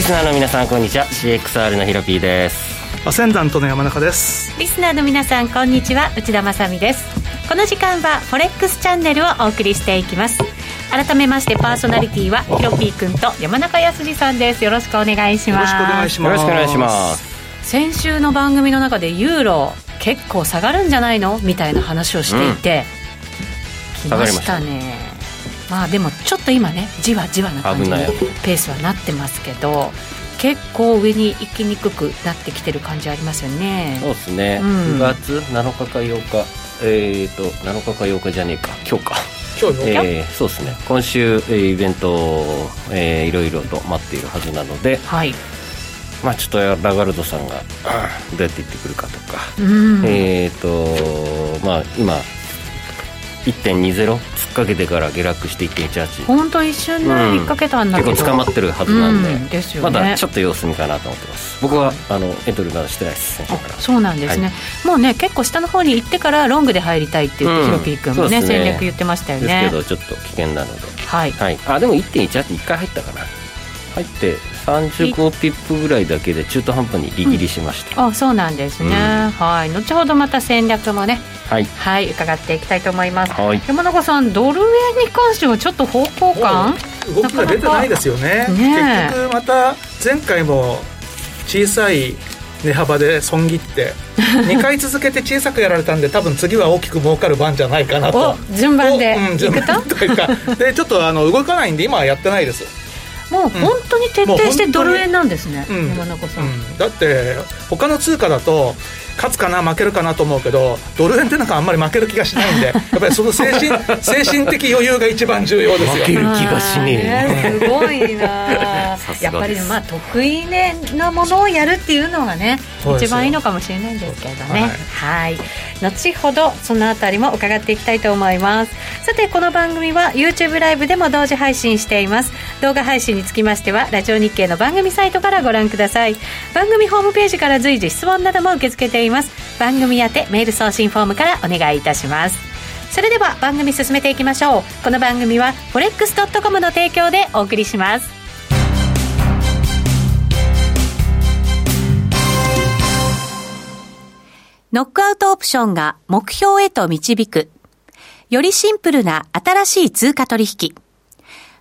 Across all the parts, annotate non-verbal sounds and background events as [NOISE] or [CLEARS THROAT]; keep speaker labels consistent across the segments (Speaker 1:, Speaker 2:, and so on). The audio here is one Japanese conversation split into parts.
Speaker 1: スナーの皆さんこんにちは CXR のヒロピーです
Speaker 2: アセンダントの山中です
Speaker 3: リスナーの皆さんこんにちは内田まさみですこの時間はフォレックスチャンネルをお送りしていきます改めましてパーソナリティはヒロピーくんと山中康さんですよろしくお願いし
Speaker 2: よ
Speaker 3: ま
Speaker 2: ろ
Speaker 3: す
Speaker 2: しくお願
Speaker 1: よろ
Speaker 2: いします
Speaker 1: しくお願いします
Speaker 3: 先週の番組の中でユーロ結構下がるんじゃないのみたいな話をしていて、
Speaker 1: ん
Speaker 3: 来ましたねまあでもちょっと今ねじわじわな感
Speaker 1: 危
Speaker 3: じに
Speaker 1: ない
Speaker 3: ペースはなってますけど結構上に行きにくくなってきてる感じありますよね
Speaker 1: そうですね、
Speaker 3: うん
Speaker 1: 9月7日か8日えっ、ー、と7日か8日じゃねえか今日か
Speaker 2: 今日よ
Speaker 1: えー、そうですね今週、えーイベントを、えーいろいろと待っているはずなので
Speaker 3: はい
Speaker 1: まあちょっとラガルドさんがどうやって行ってくるかとか、
Speaker 3: うん、
Speaker 1: えっ、ー、とまあ今1.20突っかけてから下落して1.18
Speaker 3: ほんと一瞬で
Speaker 1: うん
Speaker 3: 引っ掛けたんだ
Speaker 1: 結
Speaker 3: けど、
Speaker 1: 構捕まってるはずなんで,、
Speaker 3: うんですよ
Speaker 1: ま
Speaker 3: ね
Speaker 1: だちょっと様子見かなと思ってます僕はあのエントリーまだしてないです先週から
Speaker 3: あそうなんですね、もうね結構下の方に行ってからロングで入りたいって言っ
Speaker 1: う
Speaker 3: て、
Speaker 1: ん
Speaker 3: ヒロピー君も
Speaker 1: そう
Speaker 3: ね
Speaker 1: ですね
Speaker 3: 戦略言ってましたよ
Speaker 1: です
Speaker 3: ね
Speaker 1: けどちょっと危険なので
Speaker 3: はい
Speaker 1: はいあでも1.18一回入ったかな入って35ピップぐらいだけで中途半端にリギリしました、
Speaker 3: あそうなんですね、
Speaker 1: うん
Speaker 3: はい後ほどまた戦略もね
Speaker 1: はい
Speaker 3: はい伺っていきたいと思います
Speaker 1: はい
Speaker 3: 山中さんドル円に関してはちょっと方向感
Speaker 2: 動きが出てないですよね
Speaker 3: なかなかねえ
Speaker 2: 結局また前回も小さい値幅で損切って
Speaker 3: [LAUGHS]
Speaker 2: 2回続けて小さくやられたんで多分次は大きく儲かる番じゃないかなと
Speaker 3: を順番で
Speaker 2: おうん
Speaker 3: い
Speaker 2: 順
Speaker 3: くと
Speaker 2: 番というかでちょっとあの動かないんで今はやってないです
Speaker 3: もう本当に徹底して
Speaker 2: もう本当に
Speaker 3: ドル円なんですね、
Speaker 2: うん
Speaker 3: 山中さん、
Speaker 2: うんだって他の通貨だと勝つかな負けるかなと思うけどドル円ってなんかあんまり負ける気がしないん
Speaker 3: [LAUGHS]
Speaker 2: でやっぱりその精神精神的余裕が一番重要ですよ
Speaker 1: 負ける
Speaker 3: あー
Speaker 1: 気がしねえ
Speaker 3: ねすごいなあ
Speaker 1: [LAUGHS] さす
Speaker 3: やっ
Speaker 1: が
Speaker 3: ぱ
Speaker 1: で
Speaker 3: り
Speaker 1: す
Speaker 3: まあ得意ねなものをやるっていうのがね
Speaker 2: そうですよ
Speaker 3: 一番いいのかもしれないんですけどね
Speaker 2: はい
Speaker 3: はい後ほどそのあたりも伺っていきたいと思いますさてこの番組は YouTube ライブでも同時配信しています動画配信につきましてはラジオ日経の番組サイトからご覧ください番組ホームページから随時質問なども受け付けています番組宛てメール送信フォームからお願いいたしますそれでは番組進めていきましょうこの番組は forex.com の提供でお送りしますノックアウトオプションが目標へと導くよりシンプルな新しい通貨取引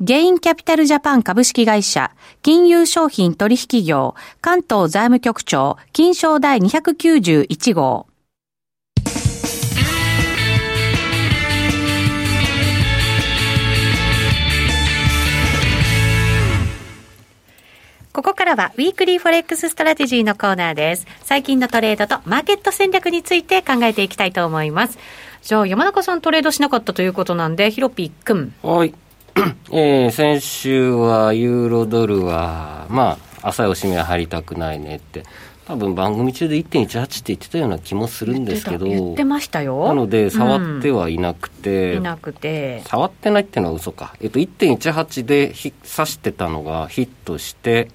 Speaker 3: ゲインキャピタルジャパン株式会社、金融商品取引業、関東財務局長、金賞第291号。ここからは、ウィークリーフォレックスストラテジーのコーナーです。最近のトレードとマーケット戦略について考えていきたいと思います。じゃあ、山中さんトレードしなかったということなんで、ヒロピーくん。
Speaker 1: はい、 [CLEARS THROAT] えー先週はユーロドルはまあ浅いおしめは入りたくないねって多分番組中で1.18って言ってたような気もするんですけど
Speaker 3: 言ってた言ってましたよ。
Speaker 1: なので触って
Speaker 3: は、
Speaker 1: はいなくて、
Speaker 3: いなくて。
Speaker 1: 触ってないってのは嘘か、えっと、1.18でひ刺してたのがヒットして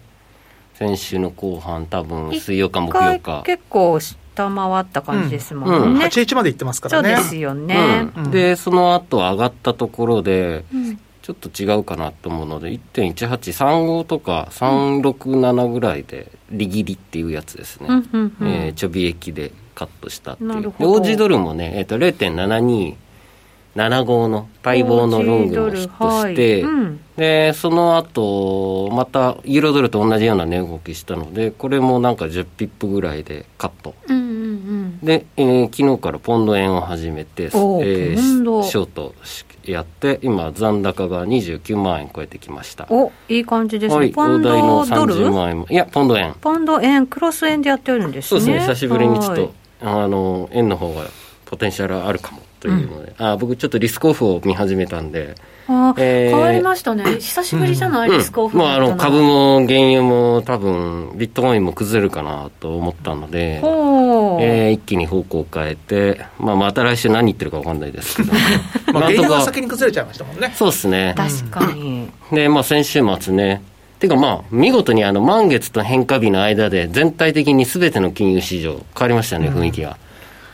Speaker 1: 先週の後半多分水曜か木曜
Speaker 3: 一
Speaker 1: か
Speaker 3: 回、結構下回った感じですもんね。
Speaker 2: 81まで行ってますから
Speaker 3: そう
Speaker 2: ね
Speaker 3: ですよね。
Speaker 1: う
Speaker 2: うん
Speaker 1: ん、でその後上がったところで、
Speaker 3: うん
Speaker 1: ちょっと違うかなと思うので、1.1835とか367ぐらいで、利切りっていうやつですね、
Speaker 4: うんうんうん
Speaker 1: えーちょび益でカットしたってい
Speaker 4: な
Speaker 1: う、
Speaker 4: る
Speaker 1: で
Speaker 4: ほど
Speaker 1: オージードルもね、えー、と0.7275の待望のロングもヒットして、
Speaker 4: オージードルはいうん
Speaker 1: でその後またユーロドルと同じような値動きしたので、これもなんか10ピップぐらいでカット。
Speaker 4: うんうん
Speaker 1: で、えー昨日からポンド円を始めて、え
Speaker 4: おー
Speaker 1: ー
Speaker 4: ポンド
Speaker 1: ショートしやって今残高が29万円超えてきました
Speaker 4: うん。お、いい感じです
Speaker 1: は
Speaker 4: ね。
Speaker 1: い
Speaker 4: ポンド
Speaker 1: の
Speaker 4: ド
Speaker 1: 30
Speaker 4: ル
Speaker 1: 万円もいやポンド円
Speaker 4: ポンド円、クロス円でやってるんです
Speaker 1: そ
Speaker 4: ね。
Speaker 1: うですね久しぶりにちょっ
Speaker 4: は
Speaker 1: とあの円の方がポテンシャルあるかもというので、あ僕ちょっとリスクオフを見始めたんで
Speaker 3: あー
Speaker 1: えー
Speaker 3: 変わりましたね。久しぶりじゃない、リスクオ
Speaker 1: うん
Speaker 3: フだ
Speaker 1: ま
Speaker 3: った
Speaker 1: あ、あ
Speaker 3: の
Speaker 1: の株も原油も多分ビットコインも崩れるかなと思ったので、
Speaker 4: ほう。
Speaker 1: えー一気に方向を変えて、まあ、また来週何言ってるか分かんないですけ
Speaker 3: [LAUGHS]
Speaker 1: ど
Speaker 2: まあ、
Speaker 1: なんと
Speaker 2: 原油が
Speaker 1: か
Speaker 2: 先に崩れちゃいましたもんね。
Speaker 1: そうですね
Speaker 3: 確かに。
Speaker 1: で、まあ、先週末ね。てかまあ、見事にあの、満月と変化日の間で、全体的に全ての金融市場、変わりましたね、雰囲気が。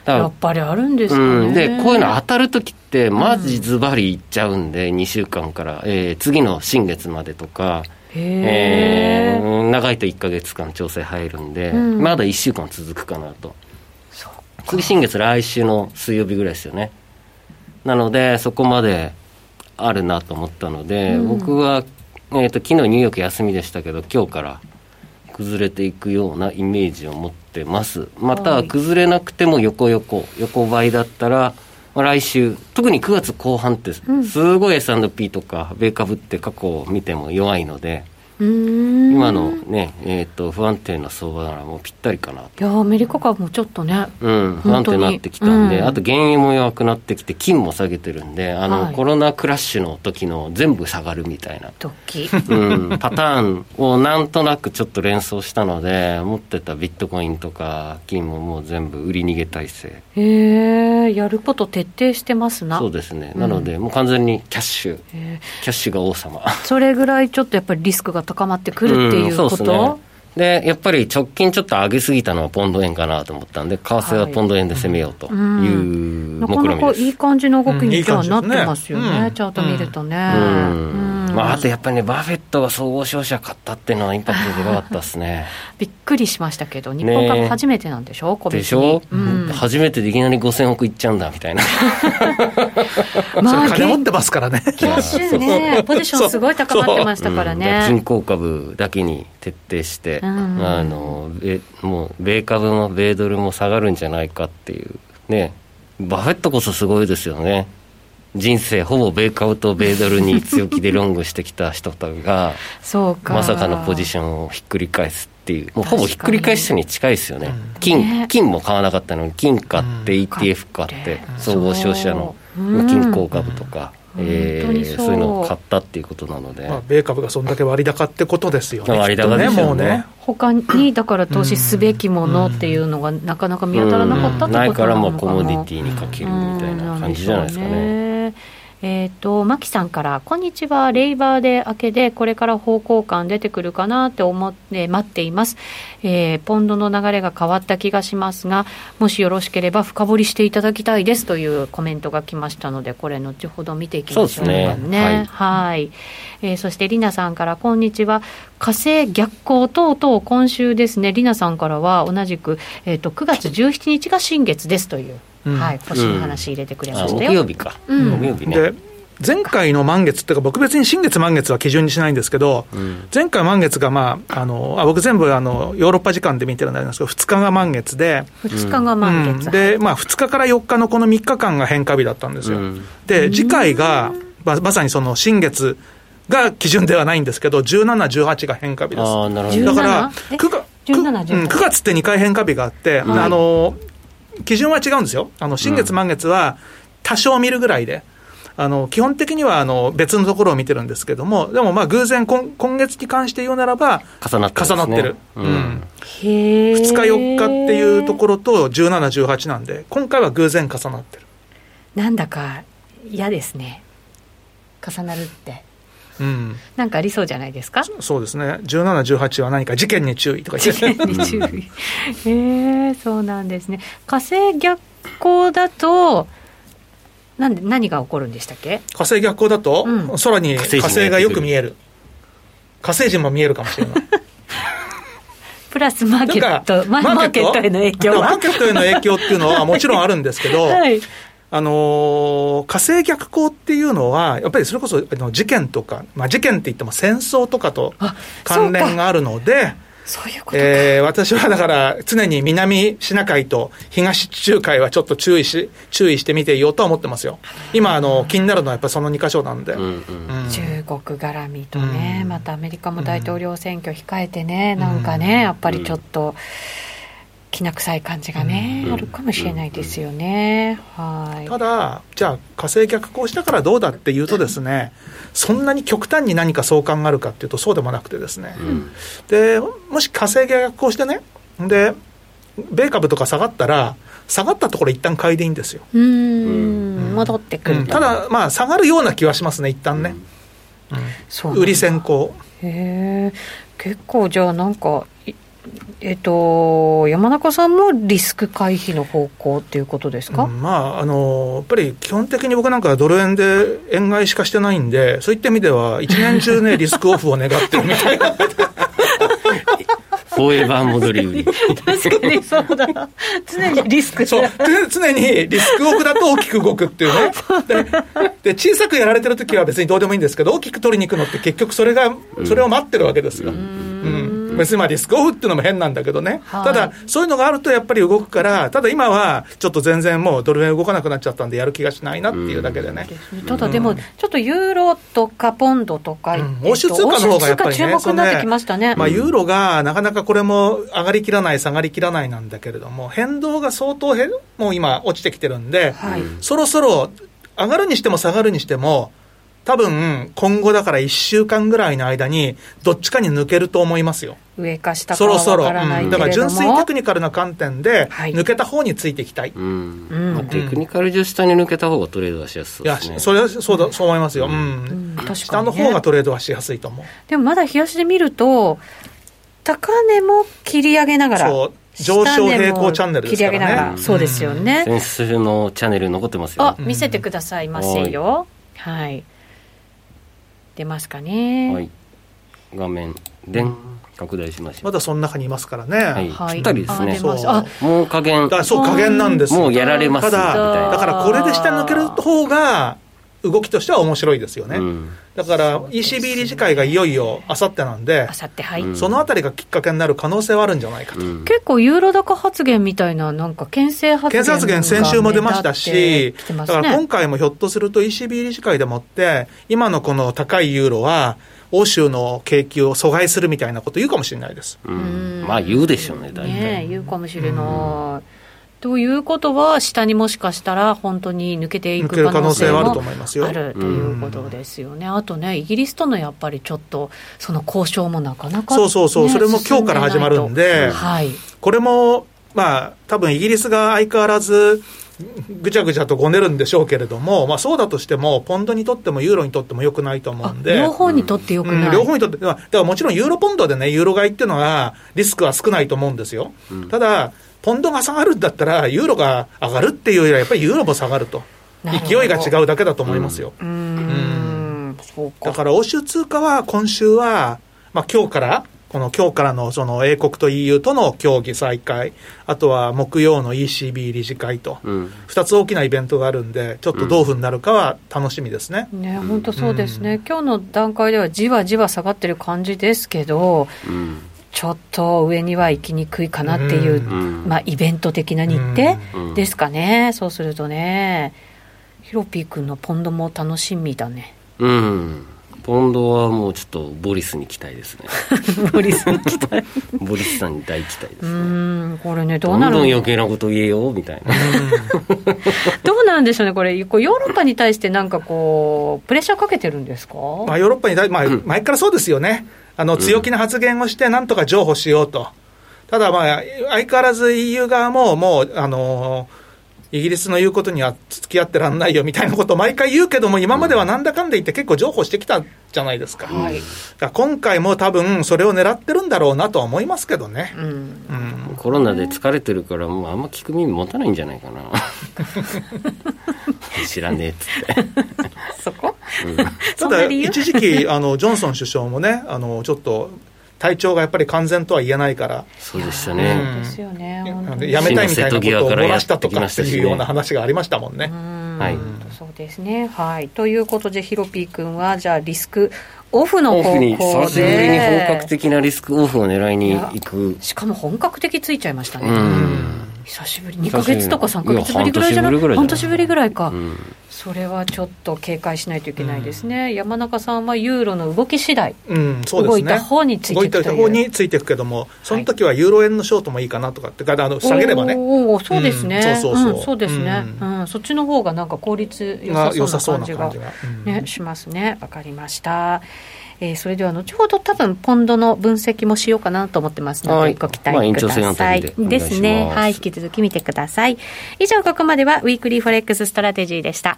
Speaker 1: だ
Speaker 3: や
Speaker 1: か
Speaker 3: っぱりあるんです
Speaker 1: ら、
Speaker 3: か
Speaker 1: うん。
Speaker 3: ね。
Speaker 1: で、こういうの当たるときって、マジズバリいっちゃうんで、2週間から、えー次の新月までとか、
Speaker 3: へ
Speaker 1: え
Speaker 3: ー
Speaker 1: ー長いと1ヶ月間調整入るんで、
Speaker 3: うん
Speaker 1: まだ1週間続くかなと。次新月来週の水曜日ぐらいですよねなのでそこまであるなと思ったので、僕は、えー、と昨日ニューヨーク休みでしたけど今日から崩れていくようなイメージを持ってますまた
Speaker 3: は
Speaker 1: はい崩れなくても横横横ばいだったらまあ来週特に9月後半ってすごい S&P とか米株って過去を見ても弱いので
Speaker 3: うーん
Speaker 1: 今のね、えー、と不安定な相場ならもうぴったりかなと
Speaker 3: いや、アメリカ株もちょっとね。
Speaker 1: うん、不
Speaker 3: 本
Speaker 1: 安
Speaker 3: 当
Speaker 1: 定
Speaker 3: に
Speaker 1: になってきたんで、
Speaker 3: うん
Speaker 1: あと原油も弱くなってきて、金も下げてるんで、あの、
Speaker 3: はい
Speaker 1: コロナクラッシュの時の全部下がるみたいな、
Speaker 3: ド
Speaker 1: [LAUGHS]
Speaker 3: キ。 [LAUGHS]
Speaker 1: うん、パターンをなんとなくちょっと連想したので、持ってたビットコインとか金ももう全部売り逃げ体制。
Speaker 3: へえ、やること徹底してますな
Speaker 1: そ。うですね。なので、もう完全にキャッシュ、キャッシュが王様。
Speaker 3: それぐらいちょっとやっぱりリスクが高まってくるってい
Speaker 1: ん
Speaker 3: う
Speaker 1: そ
Speaker 3: こ
Speaker 1: っす
Speaker 3: と
Speaker 1: ね。でやっぱり直近ちょっと上げすぎたのはポンド円かなと思ったんで為替はポンド円で攻めようという
Speaker 3: な
Speaker 1: 目
Speaker 3: か
Speaker 1: 論
Speaker 3: な
Speaker 1: み
Speaker 3: か
Speaker 1: です
Speaker 3: いい感じの動き
Speaker 2: うんい
Speaker 3: に
Speaker 2: い
Speaker 3: じゃあ
Speaker 2: 感じで
Speaker 3: なっ
Speaker 2: す
Speaker 3: て
Speaker 2: ね
Speaker 3: ますよね
Speaker 2: う、ん
Speaker 3: チャート見るとね。
Speaker 1: うん
Speaker 3: うん
Speaker 1: まあ、あとやっぱりね、バフェットが総合商社買ったっていうのはインパクトでかかったですね。
Speaker 3: びっくりしましたけど、日本株初めてなんでしょ、個
Speaker 1: で
Speaker 3: 別
Speaker 1: し
Speaker 3: に
Speaker 1: ょ、
Speaker 3: うん
Speaker 1: 初めてでいきなり5000億いっちゃうんだみたいな。
Speaker 3: まあ、
Speaker 2: 金持っ
Speaker 3: 現
Speaker 2: てますからね。
Speaker 3: キャッシュね、ポジションすごい高まってましたから
Speaker 1: うんだら
Speaker 3: ね。
Speaker 1: 人工株だけに徹底して、
Speaker 3: うん
Speaker 1: あのえもう米株も米ドルも下がるんじゃないかっていうねバフェットこそすごいですよね人生ほぼ米株と米ドルに強気でロングしてきた人たちが
Speaker 3: そうか。
Speaker 1: まさかのポジションをひっくり返すっていうもうほぼひっくり返すに近いですよね金
Speaker 3: ね
Speaker 1: 金も買わなかったのに金買って
Speaker 2: う
Speaker 1: ETF 買って総合商社の
Speaker 3: うん
Speaker 1: 金鉱株とか、
Speaker 3: うん
Speaker 1: え
Speaker 3: 本当に
Speaker 1: ー
Speaker 3: そう
Speaker 1: そういうのを買ったっていうことなので、
Speaker 2: [LAUGHS] まあ、米株がそんだけ割高ってことですよね。
Speaker 1: 割高ですよね
Speaker 2: きっともうね。
Speaker 3: 他にだから投資すべきものっていうのがなかなか見当たらなかったってことなのかな、
Speaker 1: ないからもうコモディティにかけるみたいな感じじゃないですかね。
Speaker 3: うん。なんでしょうねえっ、と、マキさんから、こんにちは、レイバーで明けで、これから方向感出てくるかなって思って、待っています。えーポンドの流れが変わった気がしますが、もしよろしければ深掘りしていただきたいですというコメントが来ましたので、これ後ほど見ていきましょう
Speaker 1: そうですねはい
Speaker 3: はい、えーそしてりなさんから、こんにちは、火星逆行等々、今週ですね、りなさんからは同じく、えー、と9月17日が新月ですという、
Speaker 2: うん
Speaker 3: はい、星の話入れてくれま
Speaker 1: あ
Speaker 3: した
Speaker 1: 木
Speaker 3: よ。
Speaker 1: 曜日か、
Speaker 3: うん
Speaker 1: 木曜日ね
Speaker 2: で、前回の満月っていうか、僕別に新月満月は基準にしないんですけど、
Speaker 1: うん
Speaker 2: 前回満月がまあ、あの、あ僕全部あの、ヨーロッパ時間で見てるんであれなんですけど、2日が満月で、
Speaker 3: 2日が満月、
Speaker 2: うんで、まあ、2日から4日のこの3日間が変化日だったんですよ。
Speaker 1: うん
Speaker 2: で、次回が、ままさにその新月が基準ではないんですけど、17、18が変化日です。
Speaker 1: ああなるほ
Speaker 3: 17
Speaker 1: ど
Speaker 2: だから
Speaker 3: え
Speaker 2: 9月
Speaker 3: 17
Speaker 2: 9うん9月って2回変化日があって、
Speaker 1: はい
Speaker 2: あの基準は違うんですよ、あの新月、満月は多少見るぐらいで。あの基本的にはあの別のところを見てるんですけども、でもまあ偶然今、今月に関して言うならば、
Speaker 1: 重なってますね
Speaker 2: 重なってるうん
Speaker 3: へ
Speaker 2: 2
Speaker 3: ー
Speaker 2: 日、4日っていうところと、17、18なんで、今回は偶然重なってる、
Speaker 3: なんだか嫌ですね、重なるって、
Speaker 2: うん、
Speaker 3: なんかありそうじゃないですか。
Speaker 2: そうですね、17、18は何か事件に注意とか言って、
Speaker 3: に [LAUGHS] 注意。えー、そうなんですね。火星逆行だと、なんで何が起こるんでしたっけ
Speaker 2: 火星逆行だと、
Speaker 3: うん
Speaker 2: 空に
Speaker 1: 火星人
Speaker 2: 火
Speaker 1: が
Speaker 2: 星がよく見える。火星人も見えるかもしれない。
Speaker 3: プラスマーケッ
Speaker 2: な
Speaker 3: ト
Speaker 2: んか
Speaker 3: ママーケットへの影響
Speaker 2: マ
Speaker 3: は
Speaker 2: ーケットへの影響っていうのはもちろんあるんですけど、
Speaker 3: [LAUGHS] はい
Speaker 2: あのー火星逆行っていうのは、やっぱりそれこそあの事件とか、まあ、事件って言っても戦争とかと
Speaker 3: あ
Speaker 2: 関連があるので、
Speaker 3: そういうことか、
Speaker 2: えー私はだから、常に南シナ海と東地中海はちょっと注意し注意してみていようとは思ってますよ、今あの、気になるのはやっぱその2箇所なんで。
Speaker 1: うんうん
Speaker 2: うん
Speaker 3: 中国絡みとね、
Speaker 2: うん
Speaker 3: またアメリカも大統領選挙控えてね、なんかねやっぱりちょっときな臭い感じがね、
Speaker 1: うん
Speaker 3: あるかもしれないですよね、はい
Speaker 2: ただ、じゃあ、火星逆行したからどうだっていうとですね、そんなに極端に何か相関があるかっていうと、そうでもなくてですね、
Speaker 1: うん
Speaker 2: でもし火星逆行してね、で、米株とか下がったら、下がったところ、一旦買いでいいんですよ、
Speaker 3: うー
Speaker 2: うんん
Speaker 3: 戻ってく
Speaker 2: う
Speaker 3: る
Speaker 2: ん
Speaker 3: と、
Speaker 2: ただ、まあ、下がるような気はしますね、一旦ね、
Speaker 3: そうなんだ
Speaker 2: 売り先行、
Speaker 3: へえ結構じゃあなんかいえっと山中さんもリスク回避の方向っていうことですか、
Speaker 2: うんまああの、やっぱり基本的に僕なんかはドル円で円買いしかしてないんで、そういった意味では、一年中
Speaker 3: [LAUGHS]
Speaker 2: ね、リスクオフを願ってるみたいな。
Speaker 1: フォーエバー戻り売
Speaker 3: [LAUGHS]
Speaker 1: り
Speaker 3: 確かにそうだ常にリスク
Speaker 2: そうで常にリスクオフだと大きく動くっていうねでで小さくやられてる時は別にどうでもいいんですけど大きく取りに行くのって結局それがそれを待ってるわけですよ、うん別にまあリスクオフっていうのも変なんだけどね、
Speaker 3: はい
Speaker 2: ただそういうのがあるとやっぱり動くからただ今はちょっと全然もうドル円動かなくなっちゃったんでやる気がしないなっていうだけでね、
Speaker 3: ただでも、ちょっとユーロとかポンドと
Speaker 2: う
Speaker 3: か、
Speaker 2: ん欧州通貨の方がやっぱりね
Speaker 3: 欧州通貨注目になってきましたね。
Speaker 2: まあ、ユーロがなかなかこれも上がりきらない、下がりきらないなんだけれども、変動が相当へ、もう今、落ちてきてるんで、
Speaker 3: はい
Speaker 2: そろそろ上がるにしても下がるにしても、多分今後だから1週間ぐらいの間に、どっちかに抜けると思いますよ、
Speaker 3: 上か下か
Speaker 2: そろ
Speaker 3: は
Speaker 2: そ
Speaker 3: わ
Speaker 2: ろ、う
Speaker 3: からない
Speaker 2: ん
Speaker 3: け
Speaker 2: だか
Speaker 3: れ
Speaker 2: ら
Speaker 3: ども、
Speaker 2: 純粋テクニカルな観点で、
Speaker 3: はい
Speaker 2: 抜けた方についていきたい。
Speaker 1: うん
Speaker 3: うん
Speaker 1: まあ、テクニカル重視下に抜けた方がトレードはしやすそ
Speaker 2: いうや
Speaker 1: ですね
Speaker 2: それはそうだ、そう思いますよ、うん
Speaker 3: うん確かにね
Speaker 2: 下の方がトレードはしやすいと思う、
Speaker 3: でもまだ冷やしで見ると、高値も切り上げながら、
Speaker 2: そう上昇平行チャンネルですからね
Speaker 3: 下値も切り上げなが
Speaker 2: うん
Speaker 3: そうですよね。
Speaker 1: 先週のチャンネル残ってますよ
Speaker 3: あ、見せてくださいませよ。はい。出ますかね。
Speaker 1: はい、画面でん拡大しましょ
Speaker 2: ま
Speaker 1: う、
Speaker 2: だその中にいますからね。
Speaker 1: はいぴったりですね
Speaker 3: あ出ますあ
Speaker 1: もう加減
Speaker 2: だからそう加減なんですよ
Speaker 1: もうやられます
Speaker 2: た
Speaker 1: みたい
Speaker 2: だ、
Speaker 1: な
Speaker 2: だからこれで下抜ける方が、動きとしては面白いですよね。
Speaker 1: うん
Speaker 2: だから、ECB 理事会がいよいよあさってなんで
Speaker 3: あ、さって、はい。
Speaker 1: うん
Speaker 2: そのあたりがきっかけになる可能性はあるんじゃないかと。
Speaker 1: うん
Speaker 3: 結構ユーロ高発言みたいな、なんか、牽制発言
Speaker 2: 検
Speaker 3: が
Speaker 2: 察言先週も出ましたし
Speaker 3: 目立ってきて、ま
Speaker 2: だ
Speaker 3: す
Speaker 2: か
Speaker 3: ね
Speaker 2: ら今回もひょっとすると ECB 理事会でもって、今のこの高いユーロは、欧州の景気を阻害するみたいなこと言うかもしれないです。
Speaker 1: うんまあ言うでしょうね大体、
Speaker 3: ねえ言うかもしれない。ということは、下にもしかしたら本当に抜けてい
Speaker 2: 抜
Speaker 3: く
Speaker 2: ける
Speaker 3: 可
Speaker 2: 可
Speaker 3: 能
Speaker 2: 能
Speaker 3: 性
Speaker 2: 性
Speaker 3: も
Speaker 2: は
Speaker 3: あ
Speaker 2: ある
Speaker 3: ると
Speaker 2: と思いますよ。
Speaker 3: いうことですよね。あとね、イギリスとのやっぱりちょっと、その交渉もなかなか、
Speaker 2: そうそうそう
Speaker 3: ね
Speaker 2: それも今日から始まるんで
Speaker 3: 進ないとはい。
Speaker 2: これも、まあ、多分イギリスが相変わらず、ぐちゃぐちゃとごねるんでしょうけれども、まあ、そうだとしても、ポンドにとってもユーロにとっても良くないと思う
Speaker 3: あ
Speaker 2: んで。
Speaker 3: 両方にとってよく
Speaker 2: う
Speaker 3: なんい。
Speaker 2: 両方にとって、まあだからもちろんユーロポンドでね、ユーロ買いっていうのは、リスクは少ないと思うんですよ、ただ、ポンドが下がるんだったら、ユーロが上がるっていうよりは、やっぱりユーロも下がると、
Speaker 3: なるほど
Speaker 2: 勢いが違うだけだと思いますよ、
Speaker 3: うーん、そう
Speaker 2: だ
Speaker 3: か。
Speaker 2: から欧州通貨は今週は、まあ今日から、この今日からのその英国と EU との協議再開、あとは木曜の ECB 理事会と、
Speaker 1: うん
Speaker 2: 2つ大きなイベントがあるんで、ちょっとどういうふうになるかは楽しみですね。
Speaker 3: ね、本当そうですね、今日の段階ではじわじわ下がってる感じですけど、
Speaker 1: うん
Speaker 3: ちょっと上には行きにくいかなっていう、
Speaker 1: うん
Speaker 3: まあ、イベント的な日程
Speaker 1: うん
Speaker 3: ですかね、そうするとね、ヒロピー君のポンドも楽しみだね。
Speaker 1: うんポンドはもうちょっとボリスに期待
Speaker 3: [LAUGHS]
Speaker 1: ですね
Speaker 3: ボリスに来たう
Speaker 1: ボリスさんに大期待ですね
Speaker 3: ーん、これね、ど
Speaker 1: ど
Speaker 3: うんなる
Speaker 1: どん
Speaker 3: の
Speaker 1: 余計なこと言えよみたいな
Speaker 3: [LAUGHS] どうなんでしょうね、これ、こうヨーロッパに対してなんかこう、プレッシャーかけてるんですか、
Speaker 2: まあヨーロッパにだい、まあ、前からそうですよね、あの強気な発言をして、なんとか譲歩しようと、ただ、まあ、相変わらず EU 側も、もう、あのイギリスの言うことには付き合ってらんないよみたいなことを毎回言うけども、今まではなんだかんだ言って結構譲歩してきたじゃないですか。
Speaker 3: はい
Speaker 2: だから今回も多分それを狙ってるんだろうなとは思いますけどね。
Speaker 3: うん
Speaker 2: うん。
Speaker 3: [LAUGHS]
Speaker 1: コロナで疲れてるからもうあんま聞く耳持たないんじゃないかな知らねえっつって。
Speaker 3: そこ、
Speaker 2: た
Speaker 3: そん
Speaker 2: だ、
Speaker 3: な理由
Speaker 2: 一時期、あのジョンソン首相もね、あのちょっと体調がやっぱり完全とは言えないから、
Speaker 1: そうでした
Speaker 2: う
Speaker 1: ね。
Speaker 2: ん
Speaker 3: ですよね、本当
Speaker 2: やや
Speaker 3: に
Speaker 2: めたいみたいなことを漏らしたと
Speaker 1: 死
Speaker 2: か
Speaker 1: の
Speaker 2: っ
Speaker 1: 瀬戸際からやってきました
Speaker 2: て
Speaker 1: しね
Speaker 2: いうような話がありましたもんね。
Speaker 3: うん
Speaker 1: はい
Speaker 3: 本当そうですね。はい。ということで、ヒロピー君は、じゃあ、リスクオフの方
Speaker 1: オフ
Speaker 3: 向で。
Speaker 1: に、久しぶりに本格的なリスクオフを狙いに行く。
Speaker 3: しかも本格的ついちゃいましたね。
Speaker 1: うん。
Speaker 3: 久しぶり。2ヶ月とか3ヶ月ぶ
Speaker 1: い
Speaker 3: り
Speaker 1: や
Speaker 3: ぐらいじゃない
Speaker 1: 半年ぶりぐらいじゃない
Speaker 3: 半
Speaker 1: う
Speaker 3: 年ぶりぐらいか、
Speaker 1: ん
Speaker 3: それはちょっと警戒しないといけないですね。山中さんはユーロの動き次第。
Speaker 2: うん、そうです
Speaker 3: 動
Speaker 2: ね。
Speaker 3: いた方についていく
Speaker 2: 動いた方についていくけども、その時はユーロ円のショートもいいかなとかって、あの下げればね、
Speaker 3: おーおーそうですね。
Speaker 2: うんそうそうそうん
Speaker 3: そうですね、う。
Speaker 2: うん
Speaker 3: そっちの方がなんか効率良
Speaker 2: が良
Speaker 3: さ
Speaker 2: さそ
Speaker 3: そう
Speaker 2: う
Speaker 3: な
Speaker 2: な感
Speaker 3: 感じ
Speaker 2: じ
Speaker 3: が
Speaker 2: が。。
Speaker 3: ね、しますね。わかりました。えーそれでは後ほど多分ポンドの分析もしようかなと思ってますの
Speaker 1: は
Speaker 3: で、
Speaker 1: い
Speaker 3: ご期
Speaker 1: まあ
Speaker 3: 待
Speaker 1: 延
Speaker 3: く
Speaker 1: 長戦
Speaker 3: だ
Speaker 1: あ
Speaker 3: さ
Speaker 1: た
Speaker 3: い。
Speaker 1: りでお願
Speaker 3: で
Speaker 1: いします
Speaker 3: すね。はい、引き続き見てください。以上、ここまではウィークリーフォレックスストラテジーでした。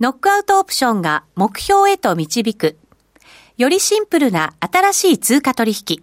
Speaker 4: ノックアウトオプションが目標へと導く。よりシンプルな新しい通貨取引。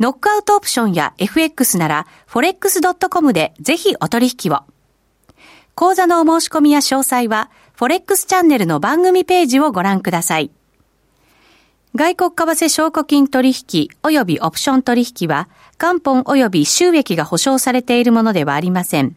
Speaker 4: ノックアウトオプションや FX なら、forex.com でぜひお取引を。講座のお申し込みや詳細は、forex チャンネルの番組ページをご覧ください。外国為替証拠金取引及びオプション取引は、元本及び収益が保証されているものではありません。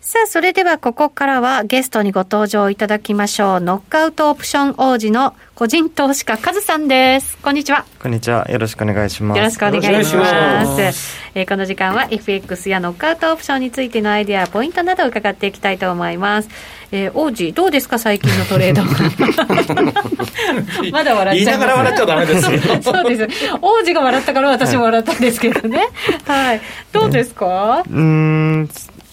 Speaker 3: さあ、それではここからはゲストにご登場いただきましょう。ノックアウトオプション王子の個人投資家カズさんです。こんにちは。
Speaker 5: こんにちは。よろしくお願いします。
Speaker 3: よろしくお願いし
Speaker 1: よ
Speaker 3: ま
Speaker 1: ろ
Speaker 3: す
Speaker 1: しくお願いし
Speaker 3: えーこの時間は FX やノックアウトオプションについてのアイデアポイントなどを伺っていきたいと思います、えー、王子どうですか最近のトレードまだ笑
Speaker 2: 言い
Speaker 3: っちゃい
Speaker 2: な
Speaker 3: ま
Speaker 2: がら笑っちゃダメですよ。
Speaker 3: すそうです王子が笑ったから私も笑ったんですけどねはいどうですか
Speaker 5: うーん、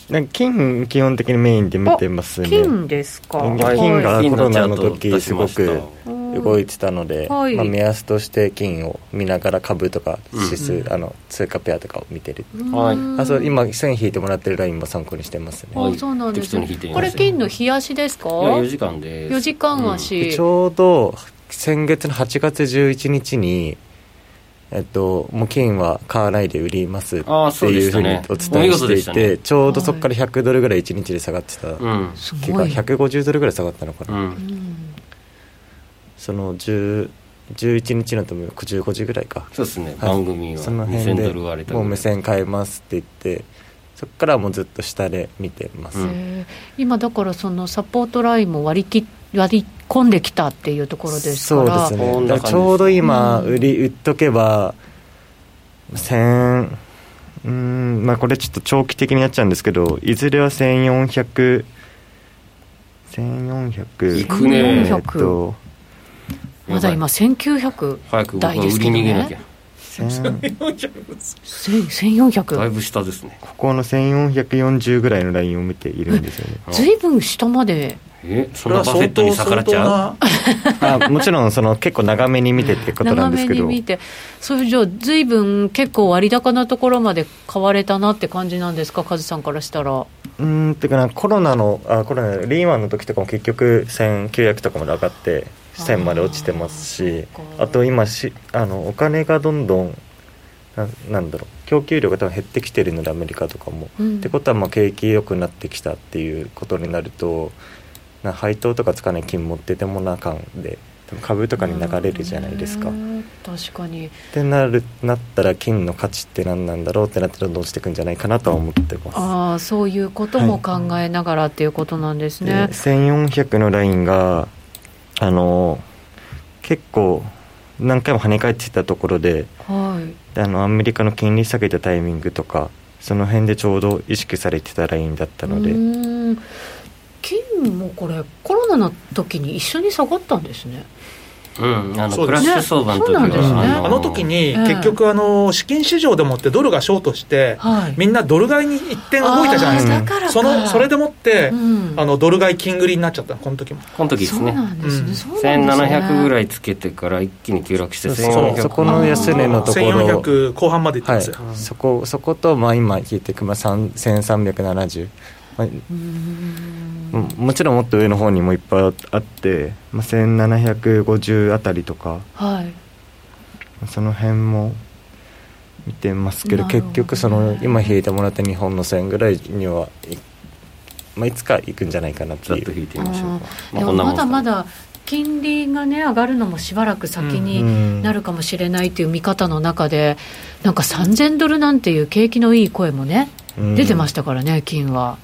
Speaker 5: なんか金基本的にメインで見てますね。
Speaker 3: 金ですか
Speaker 5: 金
Speaker 1: はい
Speaker 5: 金が
Speaker 1: 金
Speaker 5: コロ
Speaker 1: のチャ
Speaker 5: ナ
Speaker 1: ー
Speaker 5: の
Speaker 1: トを
Speaker 5: 時
Speaker 1: 出し
Speaker 5: す
Speaker 1: ま
Speaker 5: ご
Speaker 1: した
Speaker 5: く
Speaker 3: うん
Speaker 5: 動いてたので、
Speaker 3: はい
Speaker 5: まあ、目安として金を見ながら株とか指数、
Speaker 2: うん
Speaker 5: あの通貨ペアとかを見てる。
Speaker 1: はい
Speaker 3: ん
Speaker 5: あそう今線引いてもらってるラインも参考にしてますね。
Speaker 1: は
Speaker 3: あ
Speaker 1: い
Speaker 3: そうなんですね
Speaker 1: 適当に引いてみ
Speaker 3: こ
Speaker 1: ま
Speaker 3: れ
Speaker 1: した
Speaker 3: 金の冷やしですか
Speaker 1: いや4時間です。
Speaker 3: 4時間足、
Speaker 5: でちょうど先月の8月11日に、えっと、もう金は買わないで売りますって
Speaker 1: あーそうで
Speaker 5: いう
Speaker 1: し
Speaker 5: ふ
Speaker 1: た
Speaker 5: うに
Speaker 1: ね
Speaker 5: お伝えしてい
Speaker 1: お見事でした
Speaker 5: て、
Speaker 1: ね
Speaker 5: ちょうどそこから100ドルぐらい1日で下がってた、
Speaker 1: うん。
Speaker 3: す
Speaker 5: ていうか
Speaker 3: ごい
Speaker 5: 150ドルぐらい下がったのか
Speaker 1: う
Speaker 5: な、
Speaker 1: ん。
Speaker 5: その10 11日のとも15時ぐらいか、
Speaker 1: そうですね。
Speaker 5: はい
Speaker 1: 番組は
Speaker 5: その辺
Speaker 1: 2000
Speaker 5: で
Speaker 1: ドル割れたぐ
Speaker 5: も
Speaker 1: ら
Speaker 5: う
Speaker 1: い
Speaker 5: 目線変えますって言ってそこからはもうずっと下で見てます、
Speaker 1: うん
Speaker 3: へえ今だからそのサポートラインも割り切割り込んできたっていうところですか
Speaker 5: そう
Speaker 3: ら
Speaker 5: です
Speaker 1: こん
Speaker 5: ね
Speaker 1: な感
Speaker 5: だ
Speaker 1: じ
Speaker 5: からちょうど今
Speaker 3: うん
Speaker 5: 売り売っとけば1000うーんまあこれちょっと長期的になっちゃうんですけどいずれは1400 1400
Speaker 1: いくね
Speaker 5: えっと
Speaker 3: まだ今1900
Speaker 1: 早く僕は
Speaker 3: 台
Speaker 1: 売
Speaker 3: で
Speaker 1: り
Speaker 3: すけど
Speaker 1: 逃げなき
Speaker 3: ね
Speaker 1: ゃ。
Speaker 5: 1000
Speaker 3: 1000
Speaker 1: だい
Speaker 3: 1400
Speaker 1: ぶ下ですね。
Speaker 5: ここの1440ぐらいのラインを見ているんで
Speaker 3: [LAUGHS]
Speaker 5: すよね
Speaker 3: ずいぶん下まで
Speaker 1: え、そんなバフェットに逆らっちゃう
Speaker 2: 相当
Speaker 5: あもちろんその結構長めに見てってことな
Speaker 3: 長
Speaker 5: んです
Speaker 3: め
Speaker 5: け
Speaker 3: に
Speaker 5: ど
Speaker 3: 見てそれじゃあずいぶん結構割高なところまで買われたなって感じなんですかカズさんからしたら
Speaker 5: うーんっていうかなんかコロナのあコロナリーマンの時とかも結局1900とかまで上がって1000まで落ちてますし
Speaker 3: あーそっ
Speaker 5: あ
Speaker 3: か
Speaker 5: と今しあのお金がどんどんななんだろう供給量が多分減ってきてるのでアメリカとかも。
Speaker 3: うん
Speaker 5: ってことはまあ景気良くなってきたっていうことになるとな配当とかつかない金持っててもなあかんで多分株とかに流れるじゃないですか。
Speaker 3: う
Speaker 5: っ
Speaker 3: ん確かに
Speaker 5: てなるなったら金の価値って何なんだろうってなってどんどん落ちてくんじゃないかなとは思ってます。
Speaker 3: ああそういうことも考えながらっていうことなんです
Speaker 5: で
Speaker 3: ね。
Speaker 5: 1400のラインがあの結構何回も跳ね返ってきたところで
Speaker 3: はい。
Speaker 5: であのアメリカの金利下げたタイミングとかその辺でちょうど意識されてたラインだったので。
Speaker 3: うーん金もこれコロナの時に一緒に下がったんですね。
Speaker 1: うん、あの
Speaker 2: そう
Speaker 1: ク
Speaker 2: で
Speaker 1: ラッ
Speaker 2: す
Speaker 1: シュ相場の時は、
Speaker 3: ねそうなんですね
Speaker 2: あの時に
Speaker 3: うん
Speaker 2: 結局あの資金市場でもってドルがショートして
Speaker 3: はい。
Speaker 2: みんなドル買いに一点動いたじゃないです
Speaker 3: あ
Speaker 2: か
Speaker 3: ーだからか
Speaker 2: そのそれでもって、
Speaker 3: うん
Speaker 2: あのドル買い金繰りになっちゃったのこの時も
Speaker 1: この時です
Speaker 3: そう
Speaker 1: ね
Speaker 3: なんですね。
Speaker 2: うん
Speaker 3: そうなんですね
Speaker 1: 1700ぐらいつけてから一気に急落して
Speaker 5: そう
Speaker 1: 1400
Speaker 5: そこの安値のところ
Speaker 2: 1400後半までいって
Speaker 5: は
Speaker 2: ま
Speaker 5: い
Speaker 2: すよ、、
Speaker 5: そこそこと、まあ、今聞いていく、まあ、3 1370、まあ
Speaker 3: うーん
Speaker 5: ももちろんもっと上の方にもいっぱいあって、まあ、1750あたりとか
Speaker 3: はい。
Speaker 5: その辺も見てますけど
Speaker 3: なるほど
Speaker 5: 結局その今引いてもらった日本の線ぐらいにはい,、まあ、いつか行くんじゃないかなって
Speaker 1: ざっ
Speaker 5: い
Speaker 1: と
Speaker 5: う
Speaker 1: 引いてみましょうか
Speaker 3: でも
Speaker 1: こんなも
Speaker 3: ま
Speaker 1: んす
Speaker 3: だ
Speaker 1: か
Speaker 3: まだ金利がね上がるのもしばらく先
Speaker 5: う
Speaker 3: に
Speaker 5: ん
Speaker 3: なるかもしれないという見方の中で、なんか3000ドルなんていう景気のいい声もね
Speaker 5: うん
Speaker 3: 出てましたからね金は。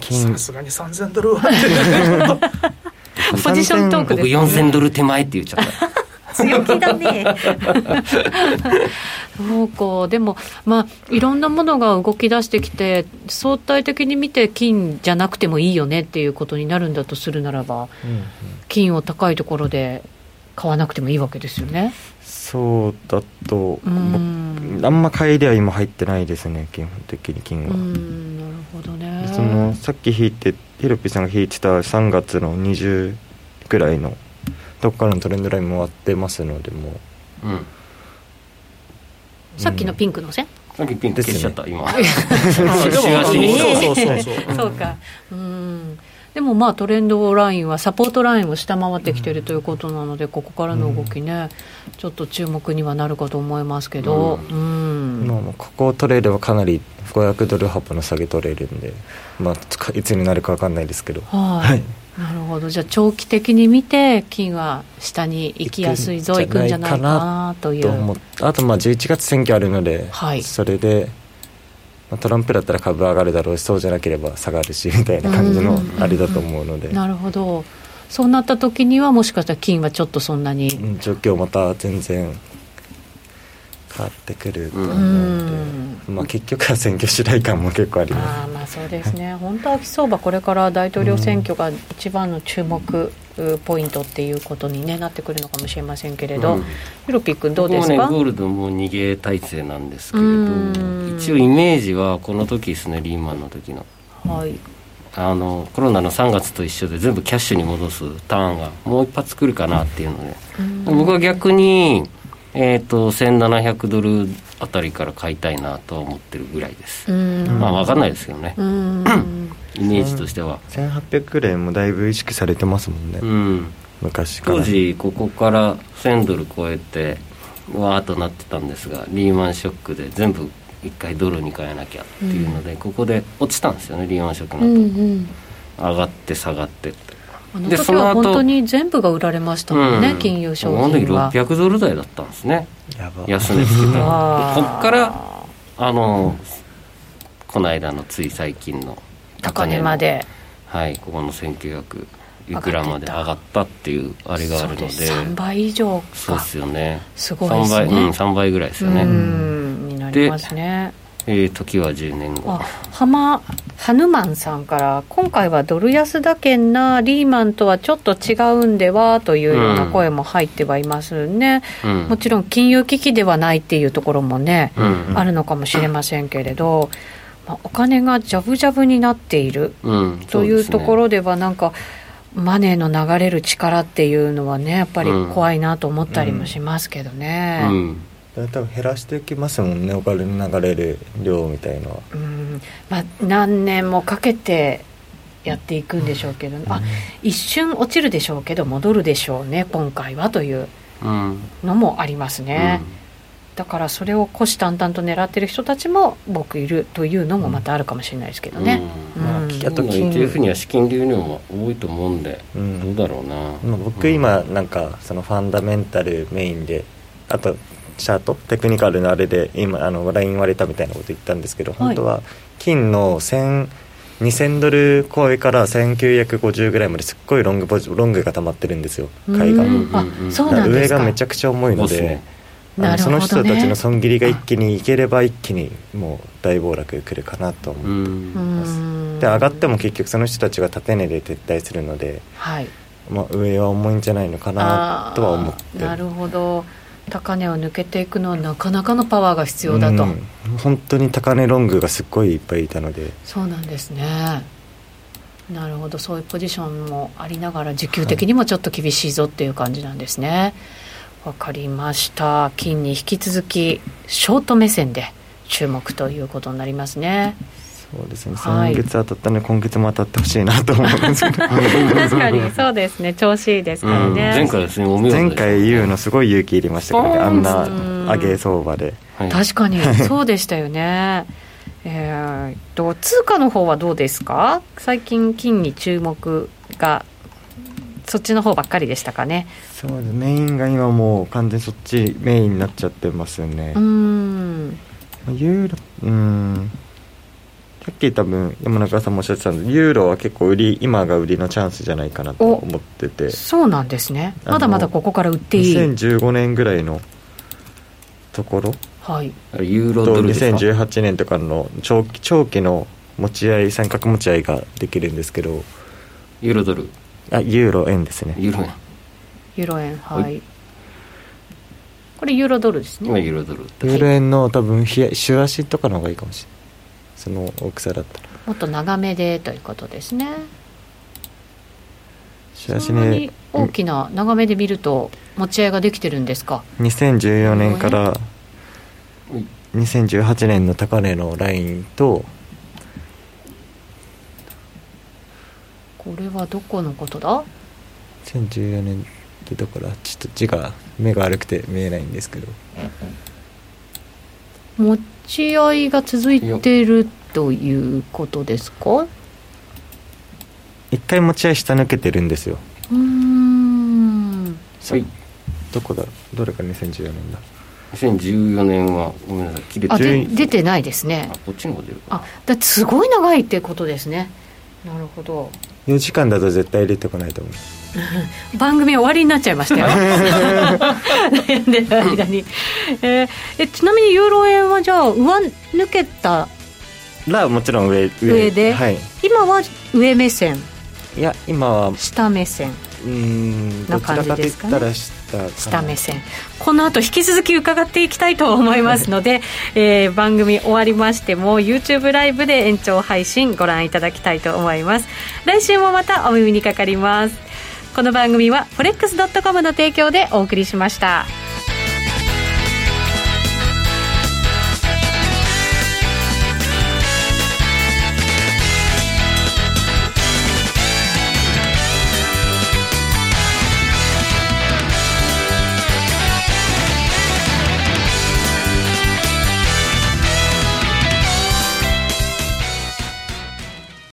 Speaker 5: 金
Speaker 2: さすがに3000ドルは
Speaker 3: ポジショントーク
Speaker 1: 僕
Speaker 3: ですね
Speaker 1: 4000ドル手前って言っちゃった
Speaker 3: [LAUGHS] 強気だね。そうか、でも、まあ、いろんなものが動き出してきて、相対的に見て、金じゃなくてもいいよねっていうことになるんだとするならば、
Speaker 5: うん
Speaker 3: 金を高いところで買わなくてもいいわけですよね。
Speaker 5: そうだと
Speaker 3: うー
Speaker 5: 僕
Speaker 3: ん
Speaker 5: あんま買いでは今入ってないですね基本的に金
Speaker 3: う
Speaker 5: は。
Speaker 3: ーんなるほどね。
Speaker 5: そのさっき引いてヒロピさんが引いてた3月の20ぐらいのどっからのトレンドラインも割ってますのでもう
Speaker 1: うん
Speaker 3: さっきのピンクの線、
Speaker 1: さっきピンク消しちゃった、今 [LAUGHS]
Speaker 2: でも
Speaker 1: 幸せに
Speaker 2: そうそうそうそう
Speaker 3: そうか。うん。でもまあトレンドラインはサポートラインを下回ってきてるということなので、ここからの動きね、ちょっと注目にはなるかと思いますけど、う。
Speaker 1: うん
Speaker 5: まあ、もうここを取れればかなり500ドル幅の下げ取れるんで、まあつか、いつになるか分かんないですけど
Speaker 3: はい、なるほどじゃあ長期的に見て金は下に行きやすいぞ行
Speaker 5: 行
Speaker 3: く
Speaker 5: く
Speaker 3: ん
Speaker 5: ん
Speaker 3: じ
Speaker 5: じ
Speaker 3: ゃ
Speaker 5: ゃ
Speaker 3: な
Speaker 5: ないい
Speaker 3: か
Speaker 5: か
Speaker 3: な
Speaker 5: な
Speaker 3: という
Speaker 5: と思っあとまあ11月選挙あるので、
Speaker 3: はい
Speaker 5: それで、まあ、トランプだったら株上がるだろうしそうじゃなければ下がるしみたいな感じ
Speaker 3: うん
Speaker 5: の
Speaker 3: うんうんうん
Speaker 5: あれだと思うので、
Speaker 3: なるほどそうなった時にはもしかしたら金はちょっとそんなに
Speaker 5: うん状況また全然変わってくると思う
Speaker 3: う
Speaker 5: ので。
Speaker 3: ん
Speaker 5: まあ、結局は選挙主題感も結構あります
Speaker 3: ああまあそうですね本当秋相場これから大統領選挙が一番の注目うポイントっていうことに、ね、なってくるのかもしれませんけれど、
Speaker 1: うん
Speaker 3: ヒロピー君どうです
Speaker 1: も
Speaker 3: か
Speaker 1: うねゴールドも逃げ体制なんですけれ
Speaker 3: う
Speaker 1: ど
Speaker 3: ん
Speaker 1: 一応イメージはこの時ですねリーマンの時の
Speaker 3: はい
Speaker 1: あのコロナの3月と一緒で全部キャッシュに戻すターンがもう一発来るかなっていうので僕は逆に、えー、と1700ドルあたりから買いたいなとは思ってるぐらいです、
Speaker 3: うん
Speaker 1: まあ分かんないですけどね
Speaker 3: う、ん
Speaker 1: イメージとしては、
Speaker 5: 1800ぐらいもだいぶ意識されてますもんね、
Speaker 1: うん、
Speaker 5: 昔から
Speaker 1: 当時ここから1000ドル超えてわーっとなってたんですがリーマンショックで全部一回ドルに変えなきゃっていうので、ここで落ちたんですよねリーマンショック
Speaker 3: う
Speaker 1: の後、
Speaker 3: んうん
Speaker 1: 上がって下がってって
Speaker 3: あの
Speaker 1: で
Speaker 3: 時
Speaker 1: その
Speaker 3: は
Speaker 1: 後
Speaker 3: 本当に全部が売られましたもんね、
Speaker 1: うん
Speaker 3: 金融商
Speaker 1: この時
Speaker 3: 品は。
Speaker 1: 600ドル台だったんですね
Speaker 5: やば
Speaker 1: 安値つけたら
Speaker 3: あー
Speaker 1: こっからあのこの間のつい最近の
Speaker 3: 高値
Speaker 1: の
Speaker 3: まで
Speaker 1: はいここの1900いくらまで上がったっていうあれがあるので
Speaker 3: 3倍以上
Speaker 1: そう
Speaker 3: か
Speaker 1: ですよね
Speaker 3: すごいです
Speaker 1: 3倍
Speaker 3: ね
Speaker 1: うん3倍ぐらいですよね、
Speaker 3: うんになりますね。
Speaker 1: えー、時は10年後
Speaker 3: あ浜ハヌマンさんから今回はドル安だけんなリーマンとはちょっと違うんではというような声も入ってはいますね、
Speaker 1: うん
Speaker 3: もちろん金融危機ではないっていうところもね、
Speaker 1: うん
Speaker 3: あるのかもしれませんけれど、まあ、お金がジャブジャブになっている
Speaker 1: うん
Speaker 3: というところではなんかマネーの流れる力っていうのはねやっぱり怖いなと思ったりもしますけど
Speaker 1: う
Speaker 3: ね。
Speaker 1: ん
Speaker 5: 多分減らしていきますもんねお金の流れる量みたいのは
Speaker 3: うんまあ、何年もかけてやっていくんでしょうけど、あ一瞬落ちるでしょうけど戻るでしょうね今回はという
Speaker 1: うん
Speaker 3: のもありますね。だからそれを虎視眈々と狙ってる人たちも僕いるというのもまたあるかもしれないですけどね。
Speaker 1: うん
Speaker 3: うん
Speaker 5: まあ
Speaker 1: あと
Speaker 5: 金
Speaker 1: ETF には資金流入も多いと思うんで、
Speaker 5: うん
Speaker 1: どうだろうな、
Speaker 5: まあ僕今なんかそのファンダメンタルメインであとチャートテクニカルのあれで今あのライン割れたみたいなこと言ったんですけど
Speaker 3: い
Speaker 5: 本当は金の1000 2000ドル超えから1950ぐらいまですっごいロングポジロングが溜まってるんですよ海
Speaker 3: う
Speaker 5: 岸
Speaker 3: んあ
Speaker 1: うん
Speaker 3: そうな
Speaker 5: だから
Speaker 3: んで
Speaker 5: 上
Speaker 3: すか。
Speaker 5: がめちゃくちゃ重いの
Speaker 1: そうです
Speaker 5: で
Speaker 1: ね
Speaker 5: あの
Speaker 3: なるほ
Speaker 5: そ
Speaker 3: ど
Speaker 5: の
Speaker 3: ね
Speaker 5: 人たちの損切りが一気にいければ一気にもう大暴落来るかなと思う、
Speaker 1: うん
Speaker 3: うん
Speaker 5: で上がっても結局その人たちが縦値で撤退するので、
Speaker 3: はい。
Speaker 5: まあ、上は重いんじゃないのかなとは思っ
Speaker 3: あー
Speaker 5: て
Speaker 3: なるほど。高値を抜けていくのはなかなかのパワーが必要だと。
Speaker 5: うん本当に高値ロングがすっごいいっぱいいたので
Speaker 3: そうなんですね。なるほど、そういうポジションもありながら、時給的にもちょっと厳しいぞっていう感じなんですね。わかりました。金に引き続き、ショート目線で注目ということになりますね。
Speaker 5: そうですね
Speaker 3: はい
Speaker 5: 先月当たったので今月も当たってほしいなと思うんですけ
Speaker 3: [LAUGHS]
Speaker 5: ど
Speaker 3: 確かに、そうですね。調子いいですから
Speaker 1: うん
Speaker 3: ね。
Speaker 1: 前回ですねお見事で
Speaker 5: 前
Speaker 1: す
Speaker 5: 回言うのすごい勇気いりましたからねあんな上げ相場で
Speaker 1: はい
Speaker 3: 確かに、
Speaker 1: [LAUGHS]
Speaker 3: そうでしたよね。えーっと、通貨の方はどうですか最近、金に注目が、そっちの方ばっかりでしたかね。
Speaker 5: そうですメインが今もう完全にそっちメインになっちゃってますね
Speaker 3: うーん。
Speaker 5: ユーロうんさっき多分山中さんもおっしゃってたんですユーロは結構売り今が売りのチャンスじゃないかなと
Speaker 3: お
Speaker 5: 思ってて
Speaker 3: そうなんですね。
Speaker 5: あの
Speaker 3: まだまだここから売っていい。
Speaker 5: 2015年ぐらいのところ
Speaker 3: はい。
Speaker 1: あれユーロ
Speaker 5: と
Speaker 1: ドルですか
Speaker 5: 2018年とかの長期長期の持ち合い三角持ち合いができるんですけど
Speaker 1: ユーロドル
Speaker 5: あユーロ円ですね
Speaker 1: ユーロ円
Speaker 3: ユーロ円、は
Speaker 1: はいい。
Speaker 3: これユーロドルです
Speaker 1: 今
Speaker 3: ね。
Speaker 1: ユーロドルって
Speaker 5: ユーロ円の多分冷や週足とかの方がいいかもしれないその大きさだったら
Speaker 3: もっと長めでということですね。
Speaker 5: 週
Speaker 3: そ
Speaker 5: 足
Speaker 3: んなに
Speaker 5: ね
Speaker 3: 大きな長めで見ると持ち合いができてるんですか。
Speaker 5: 2014年から
Speaker 1: うん
Speaker 5: 2018年の高値のラインと
Speaker 3: これはどこのことだ？
Speaker 5: 2014年ってだからちょっと字が目が悪くて見えないんですけど
Speaker 3: 持ち合いが続いてるということですか？う
Speaker 5: 一回持ち合い下抜けてるんですよ
Speaker 3: ーん。
Speaker 1: はい
Speaker 5: どこだどれか2014年だ
Speaker 1: 2014年はごめんなさい切れて
Speaker 3: あ、で
Speaker 5: 順
Speaker 3: 出てないですね
Speaker 1: あ。こっちの方出るか
Speaker 3: あ、だすごい長いってことですね。なるほど。
Speaker 5: 4時間だと絶対入れてこないと思う
Speaker 3: 番組終わりになっちゃいましたよ [LAUGHS] 悩んでる間に、えーえちなみにユーロ円はじゃあ上抜けた
Speaker 5: らもちろん上
Speaker 3: 上で
Speaker 5: はい、
Speaker 3: 今は上目線
Speaker 5: いや今はう
Speaker 3: 下目線
Speaker 5: ーん
Speaker 3: な
Speaker 5: どちらかと言ったら下かな
Speaker 3: 下目線この後引き続き伺っていきたいと思いますので、えー番組終わりましても YouTube ライブで延長配信ご覧いただきたいと思います来週もまたお耳にかかりますこの番組は forex.com の提供でお送りしました。